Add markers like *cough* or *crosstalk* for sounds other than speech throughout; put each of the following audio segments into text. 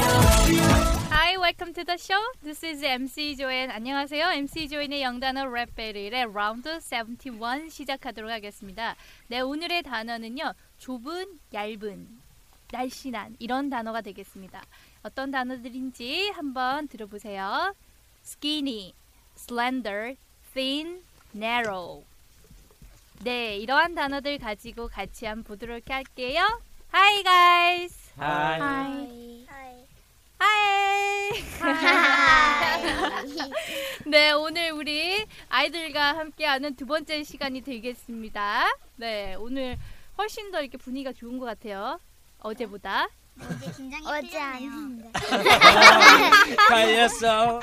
Hi, welcome to the show. This is MC 조엔. 안녕하세요. MC 조엔의 영단어 랩 배틀의 라운드 71 시작하도록 하겠습니다. 네, 오늘의 단어는요. 좁은, 얇은, 날씬한 이런 단어가 되겠습니다. 어떤 단어들인지 한번 들어보세요. skinny, slender, thin, narrow. 네, 이러한 단어들 가지고 같이 한번 보도록 할게요. Hi guys. 아, 아, Hi. Hi. 네, 오늘 우리 아이들과 함께하는 두 번째 시간이 되겠습니다. 네, 오늘 훨씬 더 이렇게 분위기가 좋은 것 같아요. 어제보다. 어제 긴장이 풀렸네요. 갈렸어.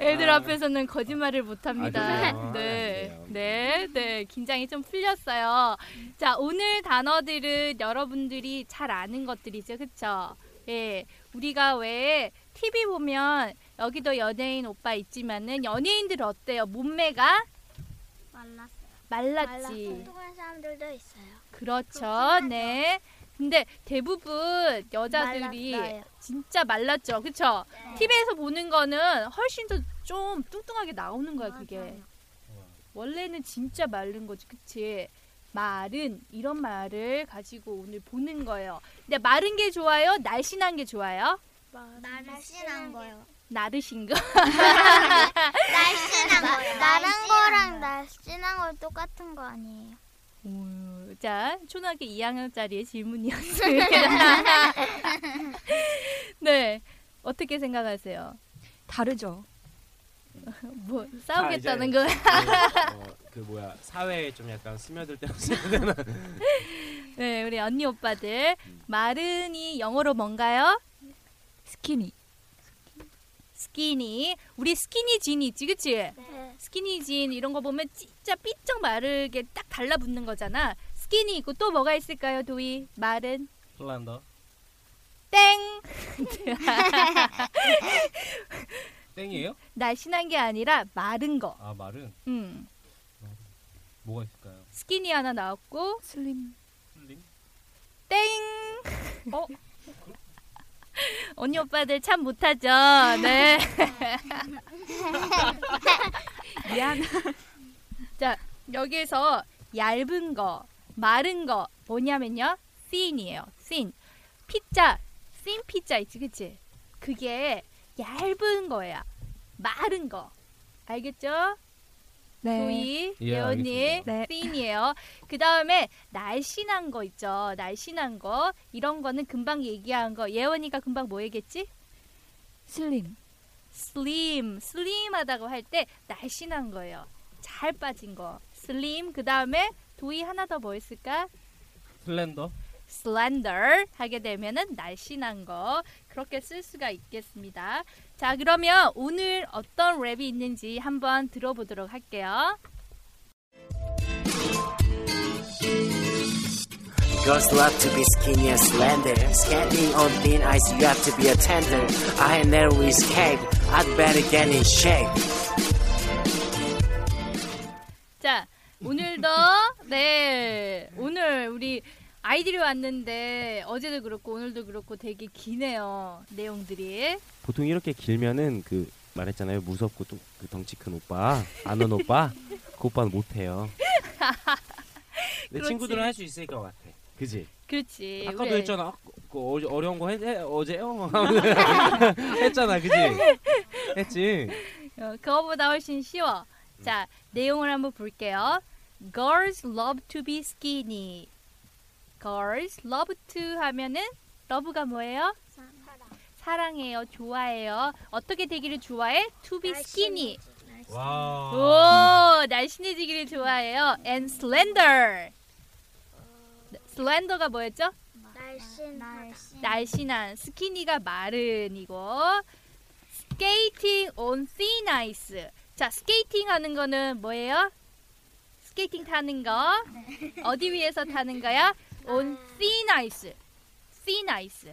애들 아. 앞에서는 거짓말을 아, 못합니다. 그래요? 네, 아, 네, 네, 긴장이 좀 풀렸어요. 자, 오늘 단어들은 여러분들이 잘 아는 것들이죠, 그렇죠? 예, 우리가 왜 TV 보면 여기도 연예인 오빠 있지만은 연예인들 어때요? 몸매가 말랐어요. 말랐지. 뚱뚱한 사람들도 있어요. 그렇죠, 그렇긴 네. 근데 대부분 여자들이 말랐어요. 진짜 말랐죠, 그렇죠? 네. TV에서 보는 거는 훨씬 더 좀 뚱뚱하게 나오는 거야 그게 맞아요. 원래는 진짜 마른 거지 그치 마른 이런 말을 가지고 오늘 보는 거예요 근데 마른 게 좋아요 날씬한 게 좋아요 날씬한 거요. 나르신 거 *laughs* 날씬한 거요. 나른 거랑 날씬한 거 똑같은 거 아니에요? 오, 자 초등학교 2학년짜리의 *laughs* 질문이었습니다 *laughs* 네 어떻게 생각하세요 다르죠 뭐 싸우겠다는 이제- 거야 어, 그 뭐야 사회에 좀 약간 스며들 때 *laughs* 되는 네 우리 언니 오빠들 마른이 영어로 뭔가요? 스키니 스키니 우리 스키니 진이 있지 그치? 스키니 진 이런 거 보면 진짜 삐쩍 마르게 딱 달라붙는 거잖아 스키니 있고 또 뭐가 있을까요 도희? 마른 플란더 땡 *laughs* 땡이에요? 날씬한 게 아니라 마른 거 아 말은 음. 뭐가 있을까요? 스키니 하나 나왔고 슬림 슬림 땡 어? 언니 오빠들 참 못하죠 네 *laughs* 미안 여기에서 얇은 거, 마른 거 뭐냐면요. thin이에요. thin. 피자, thin 피자 있지, 그치? 그게 얇은 거야. 마른 거. 알겠죠? 네. 도희, 예, 예언님, 알겠습니다. 네. thin이에요. 그 다음에 날씬한 거 있죠. 날씬한 거. 이런 거는 금방 얘기한 거. 예언이가 금방 뭐 얘기했지? 슬림 슬림, 슬림하다고 할 때 날씬한 거예요. 잘 빠진 거. 슬림. 그 다음에 도이 하나 더 뭐 있을까? 슬렌더 슬렌더 하게 되면은 날씬한 거 그렇게 쓸 수가 있겠습니다. 자 그러면 오늘 어떤 랩이 있는지 한번 들어보도록 할게요. Girls love to be skinny and slender. Skating on thin ice, you have to be a tender. I ain't never escape. I'd better get in shape. 자 오늘도 네 오늘 우리 아이들이 왔는데 어제도 그렇고 오늘도 그렇고 되게 기네요 내용들이 보통 이렇게 길면은 그 말했잖아요 무섭고 또 그 덩치 큰 오빠 아는 오빠 그 오빠는 못해요 내 그렇지. 친구들은 할 수 있을 것 같아 그지? 그렇지 아까도 예, 우리 아이- 했잖아 아, 그 어, 어려운 거 했, 해, *laughs* 어제요? 했잖아, 그지? 했지. 어, 그거보다 훨씬 쉬워. 자, 내용을 한번 볼게요. Girls love to be skinny. Girls love to 하면은 love가 뭐예요? 사랑해요, 좋아해요. 어떻게 되기를 좋아해? To be skinny. 와. 오, 날씬해지기를 좋아해요. And slender. slender가 뭐였죠? 날씬 날씬 날씬한 스키니가 마른 이거 스케이팅 온 thin ice 자 스케이팅 하는 거는 뭐예요? 스케이팅 타는 거 어디 위에서 타는 거야? on thin ice thin ice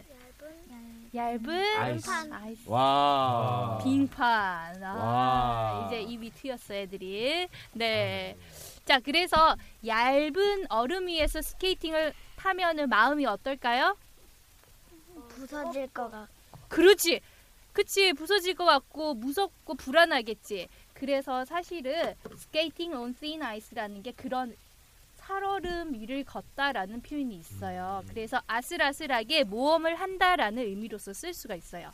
얇은 아이스. 아이스. 와. 빙판 아, 와. 이제 입이 트였어 애들이 네자 그래서 얇은 얼음 위에서 스케이팅을 타면은 마음이 어떨까요? 부서질 것 같아. 그렇지. 그치 부서질 것 같고 무섭고 불안하겠지. 그래서 사실은 스케이팅 온 thin ice라는 게 그런 살얼음 위를 걷다라는 표현이 있어요. 그래서 아슬아슬하게 모험을 한다라는 의미로서 쓸 수가 있어요.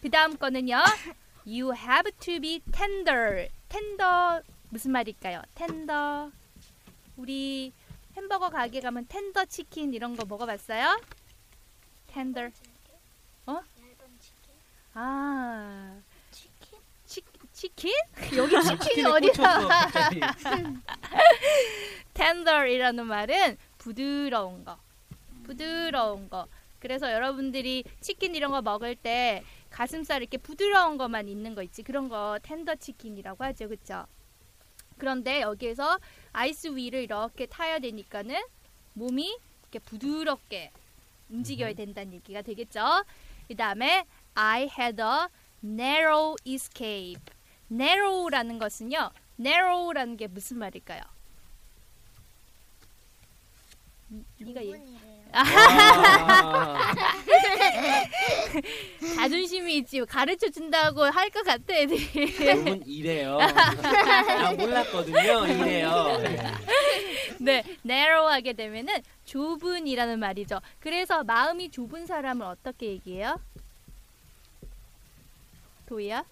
그 다음 거는요. You have to be tender. tender 무슨 말일까요? tender 우리 햄버거 가게 가면 텐더 치킨 이런 거 먹어봤어요? tender 아 치킨? 치, 치킨? *laughs* 여기 치킨이 어디야? 꽂혔어, *laughs* tender이라는 말은 부드러운 거, 부드러운 거. 그래서 여러분들이 치킨 이런 거 먹을 때 가슴살 이렇게 부드러운 것만 있는 거 있지 그런 거 텐더 치킨이라고 하죠, 그렇죠? 그런데 여기에서 아이스 위를 이렇게 타야 되니까는 몸이 이렇게 부드럽게 움직여야 된다는 얘기가 되겠죠. 그 다음에 I had a narrow escape. narrow라는 것은요. narrow라는 게 무슨 말일까요? 니- 음, 네가 얘 아, 갑자기. 자존심이 있지 가르쳐 준다고 할 것 같아 애들이. *laughs* 여러분 이래요. 아 몰랐거든요. 이래요. 네, narrow하게 되면은 좁은이라는 말이죠. 그래서 마음이 좁은 사람을 어떻게 얘기해요? 도희야?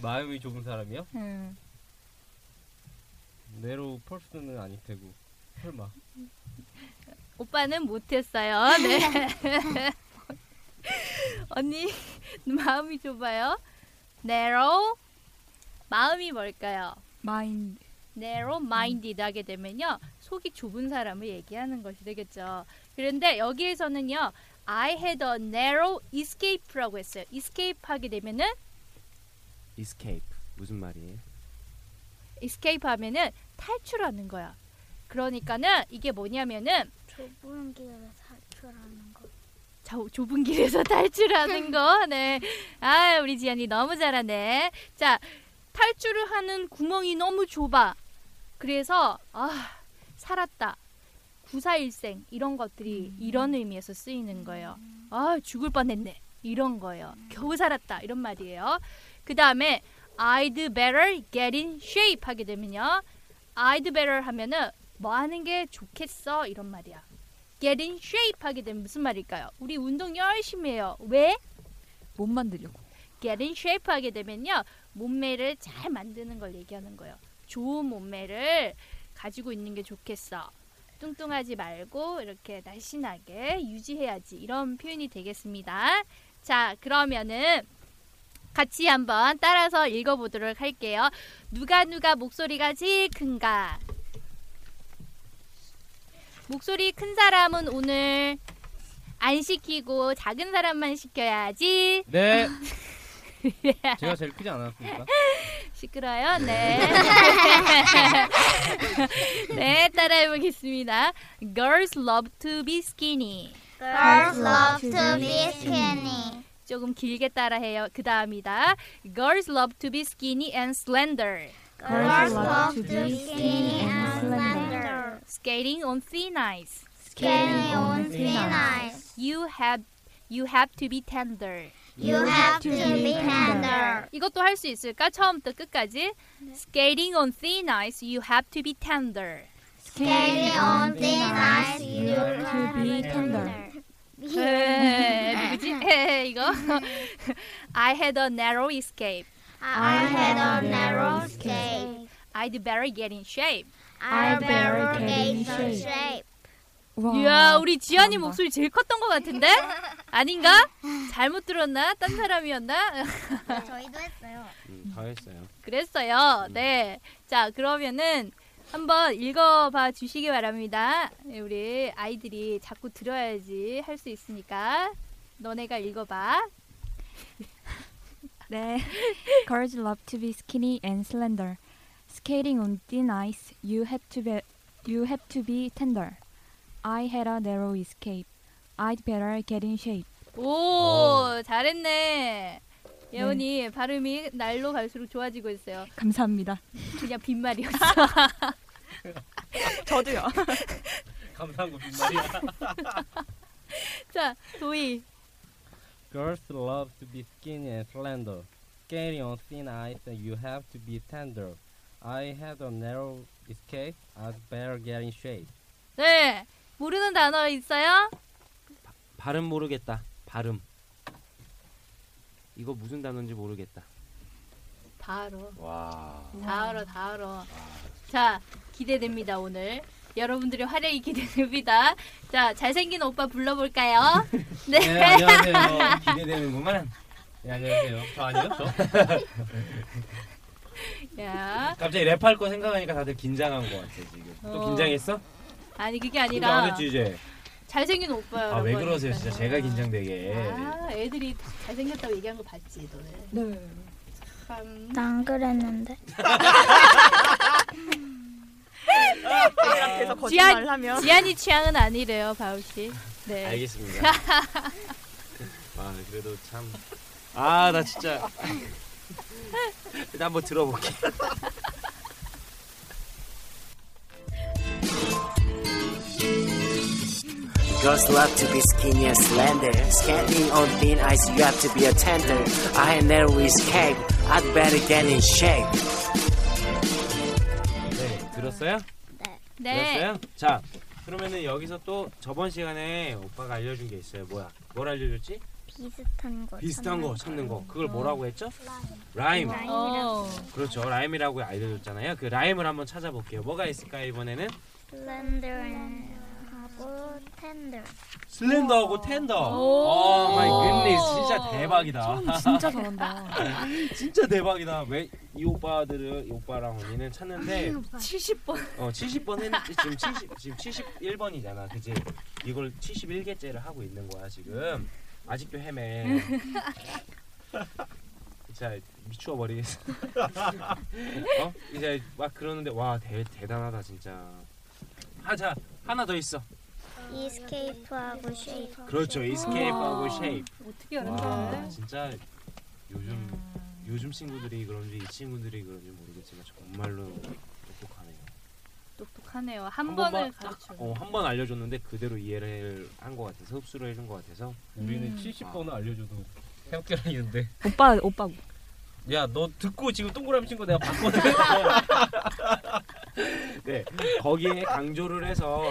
마음이 좁은 사람이요? 음. 내로 펄스는 아닐 테고. 설마. 오빠는 못했어요. *laughs* 네. 언니 마음이 좁아요. narrow 마음이 뭘까요? 마인드. narrow minded 하게 되면요 속이 좁은 사람을 얘기하는 것이 되겠죠. 그런데 여기에서는요 I had a narrow escape라고 했어요. escape 하게 되면은 이스케이프 무슨 말이에요? escape 하면은 탈출하는 거야. 그러니까는 이게 뭐냐면은 좁은 길을 탈출하는 거. 자, 좁은 길에서 *laughs* 탈출하는 거. 네. 아, 우리 지안이 너무 잘하네. 자, 탈출을 하는 구멍이 너무 좁아. 그래서 아, 살았다. 구사일생 이런 것들이 이런 의미에서 쓰이는 거예요. 아, 죽을 뻔했네. 이런 거예요. 겨우 살았다. 이런 말이에요. 그다음에 I'd better get in shape 하게 되면요. I'd better 하면은 뭐 하는 게 좋겠어 이런 말이야. get in shape 하게 되면 무슨 말일까요? 우리 운동 열심히 해요. 왜? 못 만들려고. get in shape 하게 되면요. 몸매를 잘 만드는 걸 얘기하는 거예요. 좋은 몸매를 가지고 있는 게 좋겠어. 뚱뚱하지 말고 이렇게 날씬하게 유지해야지. 이런 표현이 되겠습니다. 자, 그러면은 같이 한번 따라서 읽어보도록 할게요. 누가 누가 목소리가 제일 큰가? 목소리 큰 사람은 오늘 안 시키고 작은 사람만 시켜야지. 네. *laughs* 예. 제가 제일 크지 않았습니까? 시끄러요? 네. 네, 따라해 보겠습니다. Girls love to be skinny. Girls love to be skinny. 조금 길게 따라해요. 그 다음이다. Girls love to be skinny and slender. Girls love to be skinny and slender. Skating on thin ice. Skinny on thin ice. You have you have to be tender. You have to be tender. 이것도 할 수 있을까? 처음부터 끝까지. Skating on thin ice. You have to be tender. Skinny on thin ice, you to be 네. be tender. tender. 에, 네, 누구지? *laughs* 에, 이거 I had a narrow escape. I had a narrow escape. I'd better get in shape. I barricade the shape. 이야, 아, 우리 지안이 목소리 제일 컸던 것 같은데? 아닌가? 잘못 들었나? 딴 사람이었나? *laughs* *laughs* 저희도 했어요. 예. 음, 다 했어요. 그랬어요. 네. 자, 그러면은 한번 읽어봐 주시기 바랍니다. 예, 우리 아이들이 자꾸 들어야지 할 수 있으니까 너네가 읽어봐. *laughs* 네. Girls love to be skinny and slender. Skating on thin ice, you have to be you have to be tender. I had a narrow escape. I'd better get in shape. 오, 잘했네. 예원이 발음이 날로 갈수록 좋아지고 있어요. 감사합니다. 그냥 *laughs* 빈말이었어. 저도요. 감사한 거 예. 빈말이야. 자, 도희. Girls love to be skinny and slender. Scaling on thin ice, you have to be tender. I had a narrow escape. I'd better get in shape. 네. 모르는 단어 있어요? 발음 모르겠다. 발음. 이거 무슨 단어인지 모르겠다. 다 알아. 와. 다 알아, 다 알아. 자, 기대됩니다, 오늘. 여러분들의 활약이 기대됩니다. 자, 잘생긴 오빠 *laughs* 불러볼까요? 네. 안녕하세요. 기대되는구만. 네, 안녕하세요. 저 아니었어? 네. 야. 갑자기 랩할 거 생각하니까 다들 긴장한 거 같아 지금. 또 어. 긴장했어? 아니, 그게 긴장 안 아니라 했지 이제. 잘생긴 오빠 아 왜 그러세요 진짜 제가 긴장되게. 아, 애들이 다 잘생겼다고 얘기한 거 봤지, 너는. 네. 참. 난 그랬는데. 앞에서 지안- 하면 지안이 취향은 아니래요, 바울 씨. 네. 알겠습니다. *laughs* 아 그래도 참. 아 나 진짜. 일단 한번 들어볼게. Girls love to be skinny and slender. Skating on thin ice, you have to be a tender. I ain't never escaped. I'd better get in shape. 네 들었어요? 네. 들었어요? 자 그러면은 여기서 또 저번 시간에 오빠가 알려준 게 있어요. 뭐야? 뭘 알려줬지? 비슷한 거. 비슷한 거 찾는 거. 그걸 뭐라고 했죠? 라임. 라임. 어. 그렇죠. 라임이라고 알려줬잖아요. 그 라임을 한번 찾아볼게요. 뭐가 있을까 이번에는? 슬렌더 하고 텐더. 슬렌더하고 텐더. 오. 오 마이 굿니스 진짜 대박이다. 진짜 잘한다. *laughs* 진짜 대박이다. 왜 이 오빠들은 이 오빠랑 언니는 찾는데 70번. 어 70번 했 지금 70 지금 71번이잖아. 그지? 이걸 71개째를 하고 있는 거야, 지금. 아직도 헤매. 진짜 미추어 버리겠어. 어? 이제 막 그러는데 와, 대, 대단하다 진짜. 하자. 하나 더 있어. 이스케이프하고 쉐이프. 그렇죠. 이스케이프하고 쉐입. 어떻게 와, 알았는데? 진짜 요즘 요즘 친구들이 그런지 이 친구들이 그런지 모르겠지만 정말로 똑똑하네요. 똑똑하네요. 한 한 번을 번만 가르쳐. 어, 한 번 알려줬는데 그대로 이해를 한 것 같아서 흡수를 해준 것 같아서 음. 아. 우리는 70번을 알려줘도 해결이는데. 오빠 오빠 야 너 듣고 지금 동그라미 친 거 내가 *laughs* 봤거든. 네 거기에 강조를 해서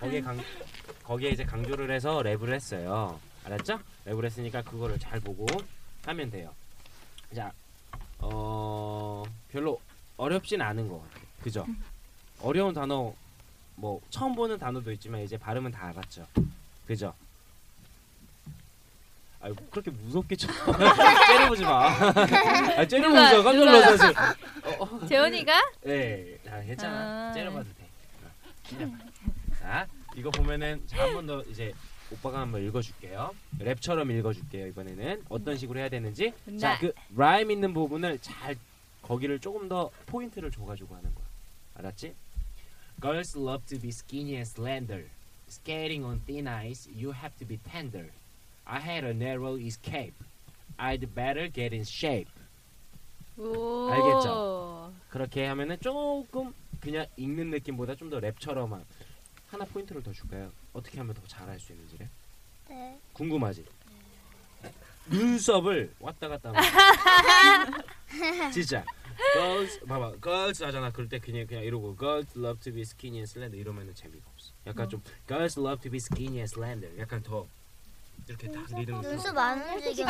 거기에 강 거기에 이제 강조를 해서 랩을 했어요. 알았죠? 랩을 했으니까 그거를 잘 보고 하면 돼요. 자, 어 별로 어렵진 않은 것 같아요. 그죠? 어려운 단어 뭐 처음 보는 단어도 있지만 이제 발음은 다 알았죠. 그죠? 아 그렇게 무섭게 쳐 *laughs* 째려보지 마. *laughs* 아 째려보자 깜짝 놀랐어 지금. 재원이가 네, 아, 괜찮아. 아. 째려봐도 돼. 자, 이거 보면은 자, 한 번 더 이제 오빠가 한번 읽어줄게요. 랩처럼 읽어줄게요. 이번에는 어떤 식으로 해야 되는지. 네. 자, 그 라임 있는 부분을 잘 거기를 조금 더 포인트를 줘가지고 하는 거야. 알았지? Girls love to be skinny and slender. Skating on thin ice, you have to be tender. I had a narrow escape. I'd better get in shape. 오. 알겠죠? 그렇게 하면은 조금 그냥 읽는 느낌보다 좀 더 랩처럼 한- 하나 포인트를 더 줄까요? 어떻게 하면 더 잘할 수 있는지를 네. 궁금하지? 네. *laughs* 눈썹을 왔다 갔다 하면 진짜 girls 봐봐 girls 하잖아 그럴 때 그냥 그냥 이러고 girls love to be skinny and slender 이러면은 재미가 없어 음. 약간 좀 girls love to be skinny and slender 약간 더 이렇게 딱 리듬 눈썹 안 움직여.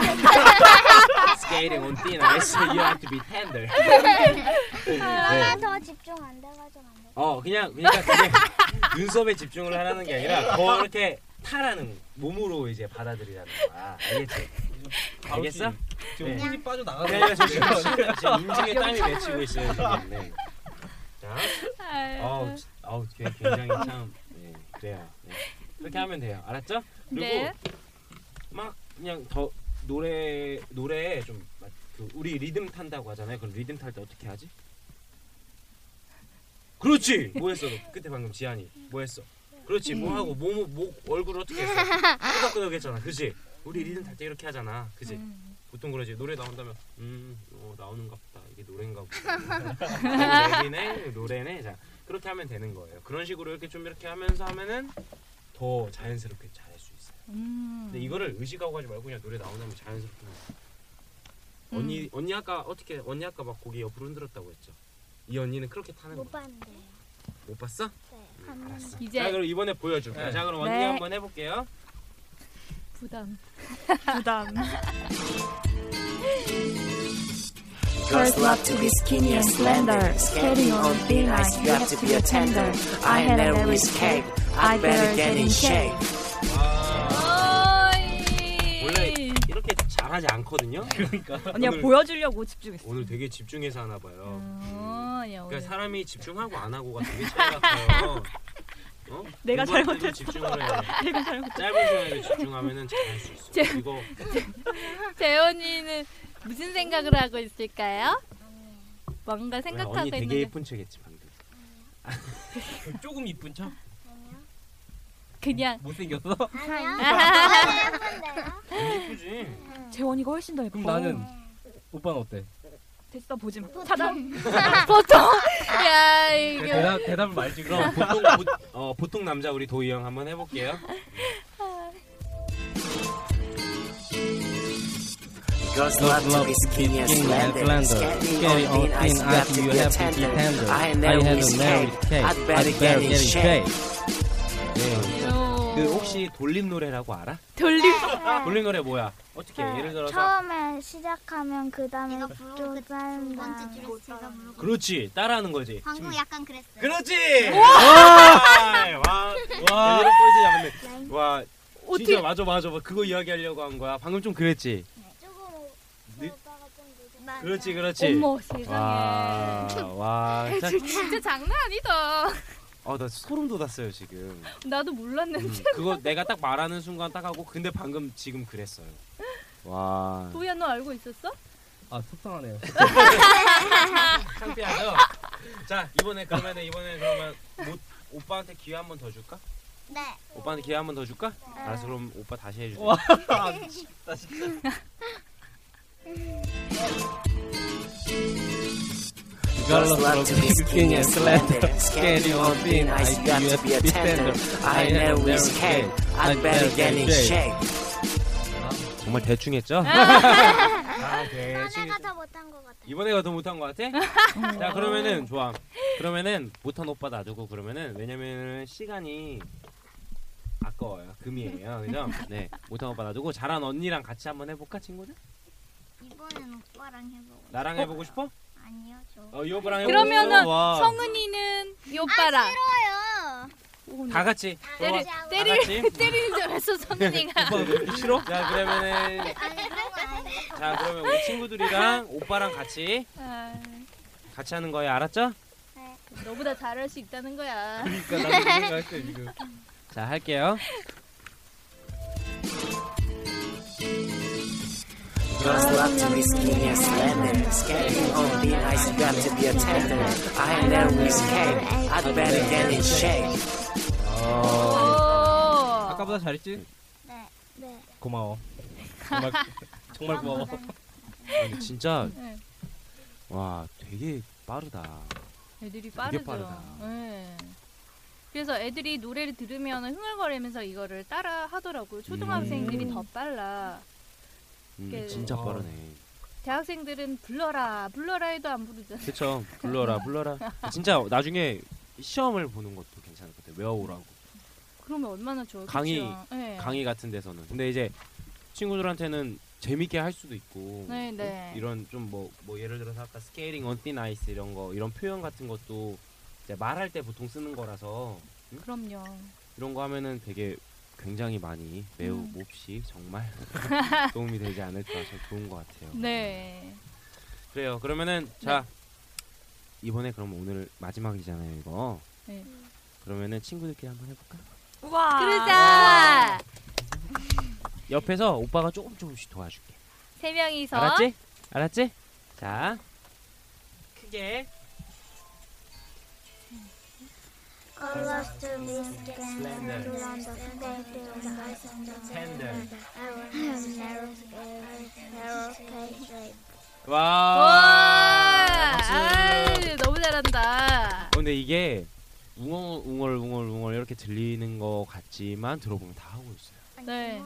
skating on thin ice you have to be *laughs* tender 네. 하나 더 집중 안 돼가지고 안 돼. 어 그냥 그러니까 그게 *laughs* 눈썹에 집중을 하라는 게 아니라 더 이렇게 타라는 몸으로 이제 받아들이라는 거야 알겠지? 알겠어? 지금 네. 힘이 빠져 나가서 내가 지금 지금 인중에 땀이 맺히고 있어요 지금 네. 자 아, 어우, 지- 어우 걔 굉장히 참 네, 그래요. 네. 그렇게 하면 돼요. 알았죠? 그리고 네. 막 그냥 더 노래 노래에 좀그 우리 리듬 탄다고 하잖아요. 그럼 리듬 탈 때 어떻게 하지? 그렇지. 뭐 했어? 너? 그때 방금 지한이 뭐 했어? 그렇지. 뭐 하고 뭐뭐 뭐, 얼굴 어떻게 했어? 끄덕끄덕했잖아. 그지? 우리 리듬 탈 때 이렇게 하잖아. 그지? 보통 그러지. 노래 나온다면 음, 어, 나오는가 보다. 이게 *laughs* 노래인가 보다. 랩이네, 노래네. 자, 그렇게 하면 되는 거예요. 그런 식으로 이렇게 좀 이렇게 하면서 하면은 더 자연스럽게 잘할 수 있어요. 근데 음. 이거를 의식하고 하지 말고 그냥 노래 나오면 자연스럽게. 하는 거예요. 음. 언니 언니 아까 어떻게 언니 아까 막 고개 옆으로 흔들었다고 했죠. 이 언니는 그렇게 타는 거. 못 봤는데. 못 봤어? 봤는데. 알았어. 이제- 자, 그럼 이번에 보여줄까? 네. 자, 그럼 언니 네. 한번 해볼게요. 부담. 부담. Girls love to be skinny and slender. Skating on thin ice, you have to be a tender. I had never escaped. I'd better get in shape. 어이. 원래 이렇게 잘하지 않거든요. 네. 언니가 오늘- 보여주려고 집중했어. 오늘 되게 집중해서 하나 봐요. 어, 야, 오늘. 그러니까 사람이 집중하고 안 하고가 *laughs* 되게 차이가 커요. 어? 내가 공부할 잘못했어. 때도 집중을 해요. *laughs* 짧은 시간에 집중하면은 잘할 수 있어. 제- 이거 재현이는 무슨 생각을 하고 있을까요? 뭔가 생각하고 언니 되게 있는데 예쁜 척했지 방금. 음. *laughs* 음. 조금 이쁜 척? 그냥 못생겼어? 아니야. 예쁜데요? 예쁘지. 음. 재원이가 훨씬 더 예뻐. 그럼 나는 오빠는 어때? 어. 됐어 보지. 차단. 보통 *laughs* 야 이게 대답, 대답을 말지 그럼 그럼 보통 보, 어, 보통 남자 우리 도희 형 한번 해볼게요. Girls love to be skinny and slender. Skating Scary on or thin ice, thin ice, oh, you have to you be a have to be tender. tender. I had I never had a narrow escaped. escape. I'd better get in shape. 네. 뭐 그 혹시 돌림 노래라고 알아? 돌림 돌림 노래 뭐야? 어떻게 해? 네. 예를 들어서 네. 처음에 시작하면 그 다음에 내가 부르고 그 조잔다. 줄에 제가 물어봐. 그렇지 따라하는 거지. 방금 약간 그랬어요. 그렇지. 와. 와. 와. 이런 포인트야 네. 근데. 와. 진짜 맞아 맞아 그거 이야기하려고 한 거야. 방금 좀 그랬지. 조금 오- 네? 오빠가 좀 늦었어. 네. 그렇지 그렇지. 아. 어머 세상에 와. *laughs* 와. 진짜 장난 아니다 *laughs* 어나 소름 돋았어요 지금. 나도 몰랐는데 음, 그거 내가 딱 말하는 순간 딱 하고 근데 방금 지금 그랬어요. 와. 도희야 너 알고 있었어? 아 속상하네요 *laughs* 창피하죠? 자 이번에 그러면 이번에 그러면 못, 오빠한테 기회 한 번 더 줄까? 네. 오빠한테 기회 한 번 더 줄까? 알았어 그럼 오빠 다시 해주세요. 와 미치겠다 진짜 Girls love to be skinny and slender. Skating on thin ice, you have to be a tender. I had never escaped. I'd better get in shape. 정말 대충 했죠? 아 대충 내가 더 못한 것 같아. 이번에가 더 못한 것 같아? 자 그러면은 좋아 그러면은 못한 오빠 놔두고 그러면은 왜냐면은 시간이 아까워요 금이에요 그죠? 네 못한 오빠 놔두고 잘한 언니랑 같이 한번 해볼까 친구들? 이번엔 오빠랑 해보고. 나랑 해보고 싶어? 아니요, 저. 어, 이 오빠랑 해보고 그러면은 싶어? 와. 성은이는 이 오빠랑 아, 싫어요. 다 같이 때리 좋아. 다 때리 같이 때리는 줄 알았어 *laughs* 성은이가 싫어? 자 그러면은 아니, 그런 거 아니에요. 자 그러면 우리 친구들이랑 오빠랑 같이 아, 같이 하는 거예요 알았죠? 너보다 잘할 수 있다는 거야 그러니까 나도 생각했어 지금 자 할게요 Girls love to be skinny and slender. Skating on thin ice, you got to be a tender. I had never escaped. I'd better get in shape. 어. 오뭐 아까보다 잘했지? 네. 네. 고마워 정말 정말 고마워 아니, 진짜 네. 와 되게 빠르다 애들이 되게 빠르죠. 빠르다. 예. 그래서 애들이 노래를 들으면 흥얼거리면서 이거를 따라 하더라고요. 초등학생들이 더 빨라. 음, 그- 진짜 어. 빠르네 대학생들은 불러라 불러라 해도 안 부르잖아. 그쵸 불러라 *laughs* 불러라 진짜 나중에 시험을 보는 것도 괜찮을 것 같아요 외워오라고 그러면 얼마나 좋아. 강의, 네. 강의 같은 데서는 근데 이제 친구들한테는 재밌게 할 수도 있고 네, 네. 이런 좀 뭐 뭐 예를 들어서 아까 스케일링 언티 나이스 이런 거 이런 표현 같은 것도 이제 말할 때 보통 쓰는 거라서 그럼요. 이런 거 하면은 되게 굉장히 많이 매우 음. 몹시 *laughs* 정말 *laughs* 도움이 되지 않을까 저 좋은 것 같아요 네. 그래요 그러면은 자 이번에 그럼 오늘 마지막이잖아요 이거 네. 그러면은 친구들끼리 한번 해볼까? 와. 아. 그러자 옆에서 오빠가 조금 조금씩 도와줄게 세 명이서 알았지? 알았지? 자 크게 Colors to be scanned and Slender. blend of paper and ice and Tender. I will have narrow scale, narrow case shape. 와 와. 박수. 아유, 너무 잘한다. 어, 근데 이게 웅얼 웅얼 웅얼 웅얼 이렇게 들리는 것 같지만 들어보면 다 하고 있어요. 네.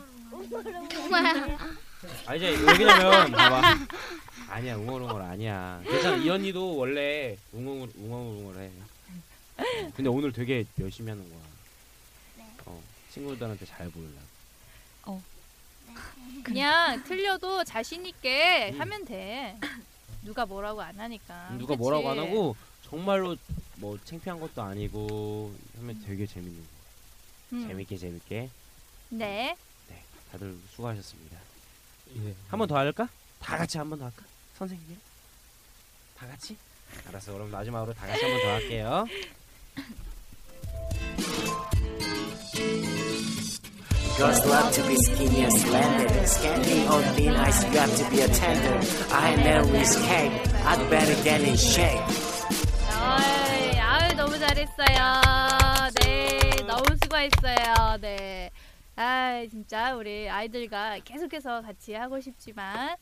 아니 이제 *laughs* 왜냐면 봐봐. 아니야 웅얼 웅얼 아니야. 괜찮아 이 언니도 원래 웅얼 웅얼 웅얼해. 근데 오늘 되게 열심히 하는 거야. 네. 어 친구들한테 잘 보일라. 그냥 틀려도 자신 있게 음. 하면 돼. 누가 뭐라고 안 하니까. 누가 아, 그치? 뭐라고 안 하고 정말로 뭐 창피한 것도 아니고 하면 되게 재밌는 거. 음. 재밌게 재밌게 네. 다들 수고하셨습니다. 한 번 더 할까? 다 같이 한 번 더 할까? 선생님? 다 같이? 알았어. 그럼 마지막으로 다 *laughs* 같이 한 번 더 할게요. Girls love to be skinny and slender. Skinny on thin ice, you have to be a tender. I am Mary's cake. I'd better get in shape. 아이, 아유 너무 잘했어요. 네, 너무 수고했어요. 네. 아, 진짜 우리 아이들과 계속해서 같이 하고 싶지만,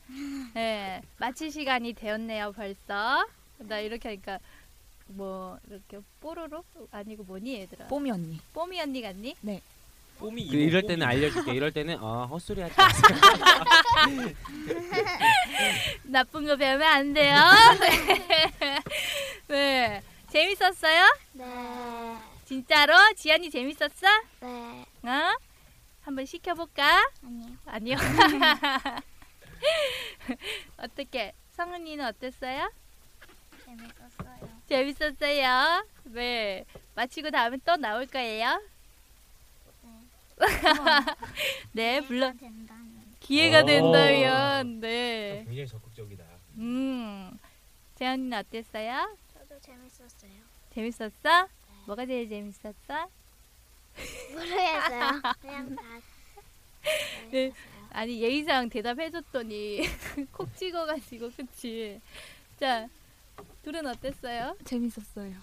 네, 마칠 시간이 되었네요 벌써. 나 이렇게 하니까 뭐 이렇게 뽀로로 아니고 뭐니 얘들아. 뽀미 언니. 뽀미 언니 같니? 그 이럴 때는 알려줄게. 이럴 때는 아 헛소리 *laughs* 하지 마세요. 나쁜 거 배우면 안 돼요. 네. 네, 재밌었어요? 네, 진짜로 지안이 재밌었어? 네, 어? 한번 시켜볼까? 아니요. 아니요. *laughs* 어떻게 성은이는 어땠어요? 재밌었어요. 재밌었어요. 네. 마치고 다음에 또 나올 거예요. *laughs* 네, 이해가 물론 된다면. 기회가 오. 된다면 네. 굉장히 적극적이다. 음, 재현이는 어땠어요? 저도 재밌었어요. 재밌었어? 뭐가 제일 재밌었어? 모르겠어요. 그냥 다. 네. 아니 예의상 대답해줬더니 *laughs* 콕 찍어가지고 그치? 자, 둘은 어땠어요? 재밌었어요.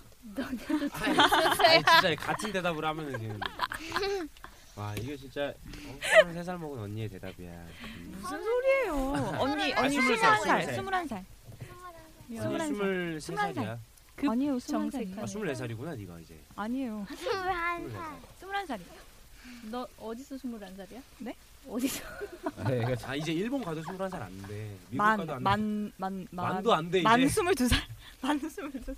아니 진짜 같은 대답을 하면은 되는. 와 이게 진짜 어, 3살 먹은 언니의 대답이야. 음. 무슨 *laughs* 소리예요? 언니 아, 언니 스물살, 21살. 스물살. 21살. 언니 스물한 살. 그 23살이야. 급 아니요, 스물한 정색하네. 아 24살이구나 네가 이제. 아니에요. 스물한 살. 21살이. 너 어디서 21살이야? 네? 어디서? 아 이제 일본 가도 21살 안 돼. 미국 가도 안 돼. 만만만 만. 만도 안 돼 이제. 만 22살. *laughs* 만 22살.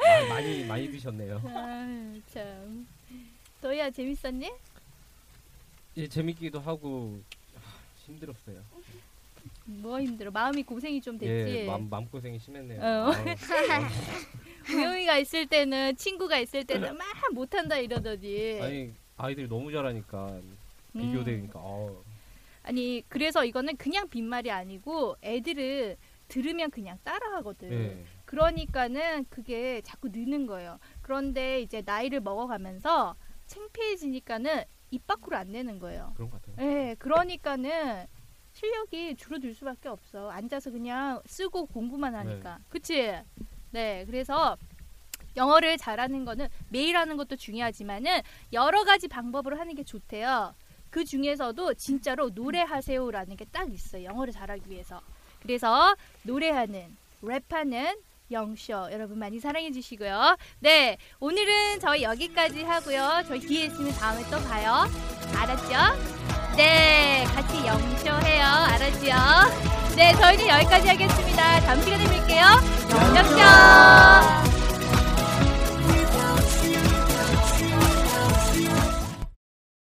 아, 많이 많이 드셨네요. 아유, 참. 너야 재밌었니? 예, 재밌기도 하고 아, 힘들었어요. 뭐 힘들어? 마음이 고생이 좀 됐지. 예, 맘 마음고생이 심했네요. 네, 어. 아우, *laughs* 우영이가 있을 때는 친구가 *laughs* 있을 때는 막 못한다 이러더니. 아니 아이들이 너무 잘하니까 네. 음. 비교되니까 아우. 아니 그래서 이거는 그냥 빈말이 아니고 애들은 들으면 그냥 네. 따라하거든. 예. 그러니까는 그게 자꾸 느는 거예요. 그런데 이제 나이를 먹어가면서 창피해지니까는 입 밖으로 안 내는 거예요. 그런 것 같아요. 네, 그러니까는 실력이 줄어들 수밖에 없어. 앉아서 그냥 쓰고 공부만 하니까. 그치? 네, 그래서 영어를 잘하는 거는 매일 하는 것도 중요하지만은 여러 가지 방법으로 하는 게 좋대요. 그 중에서도 진짜로 노래하세요라는 게 딱 있어요. 영어를 잘하기 위해서. 그래서 노래하는, 랩하는 영쇼 여러분 많이 사랑해 주시고요. 네, 오늘은 저희 여기까지 하고요. 저희 기회 있으면 다음에 또 봐요. 알았죠? 네, 같이 영쇼해요. 알았죠? 네, 저희는 여기까지 하겠습니다. 다음 시간에 뵐게요. 영영영.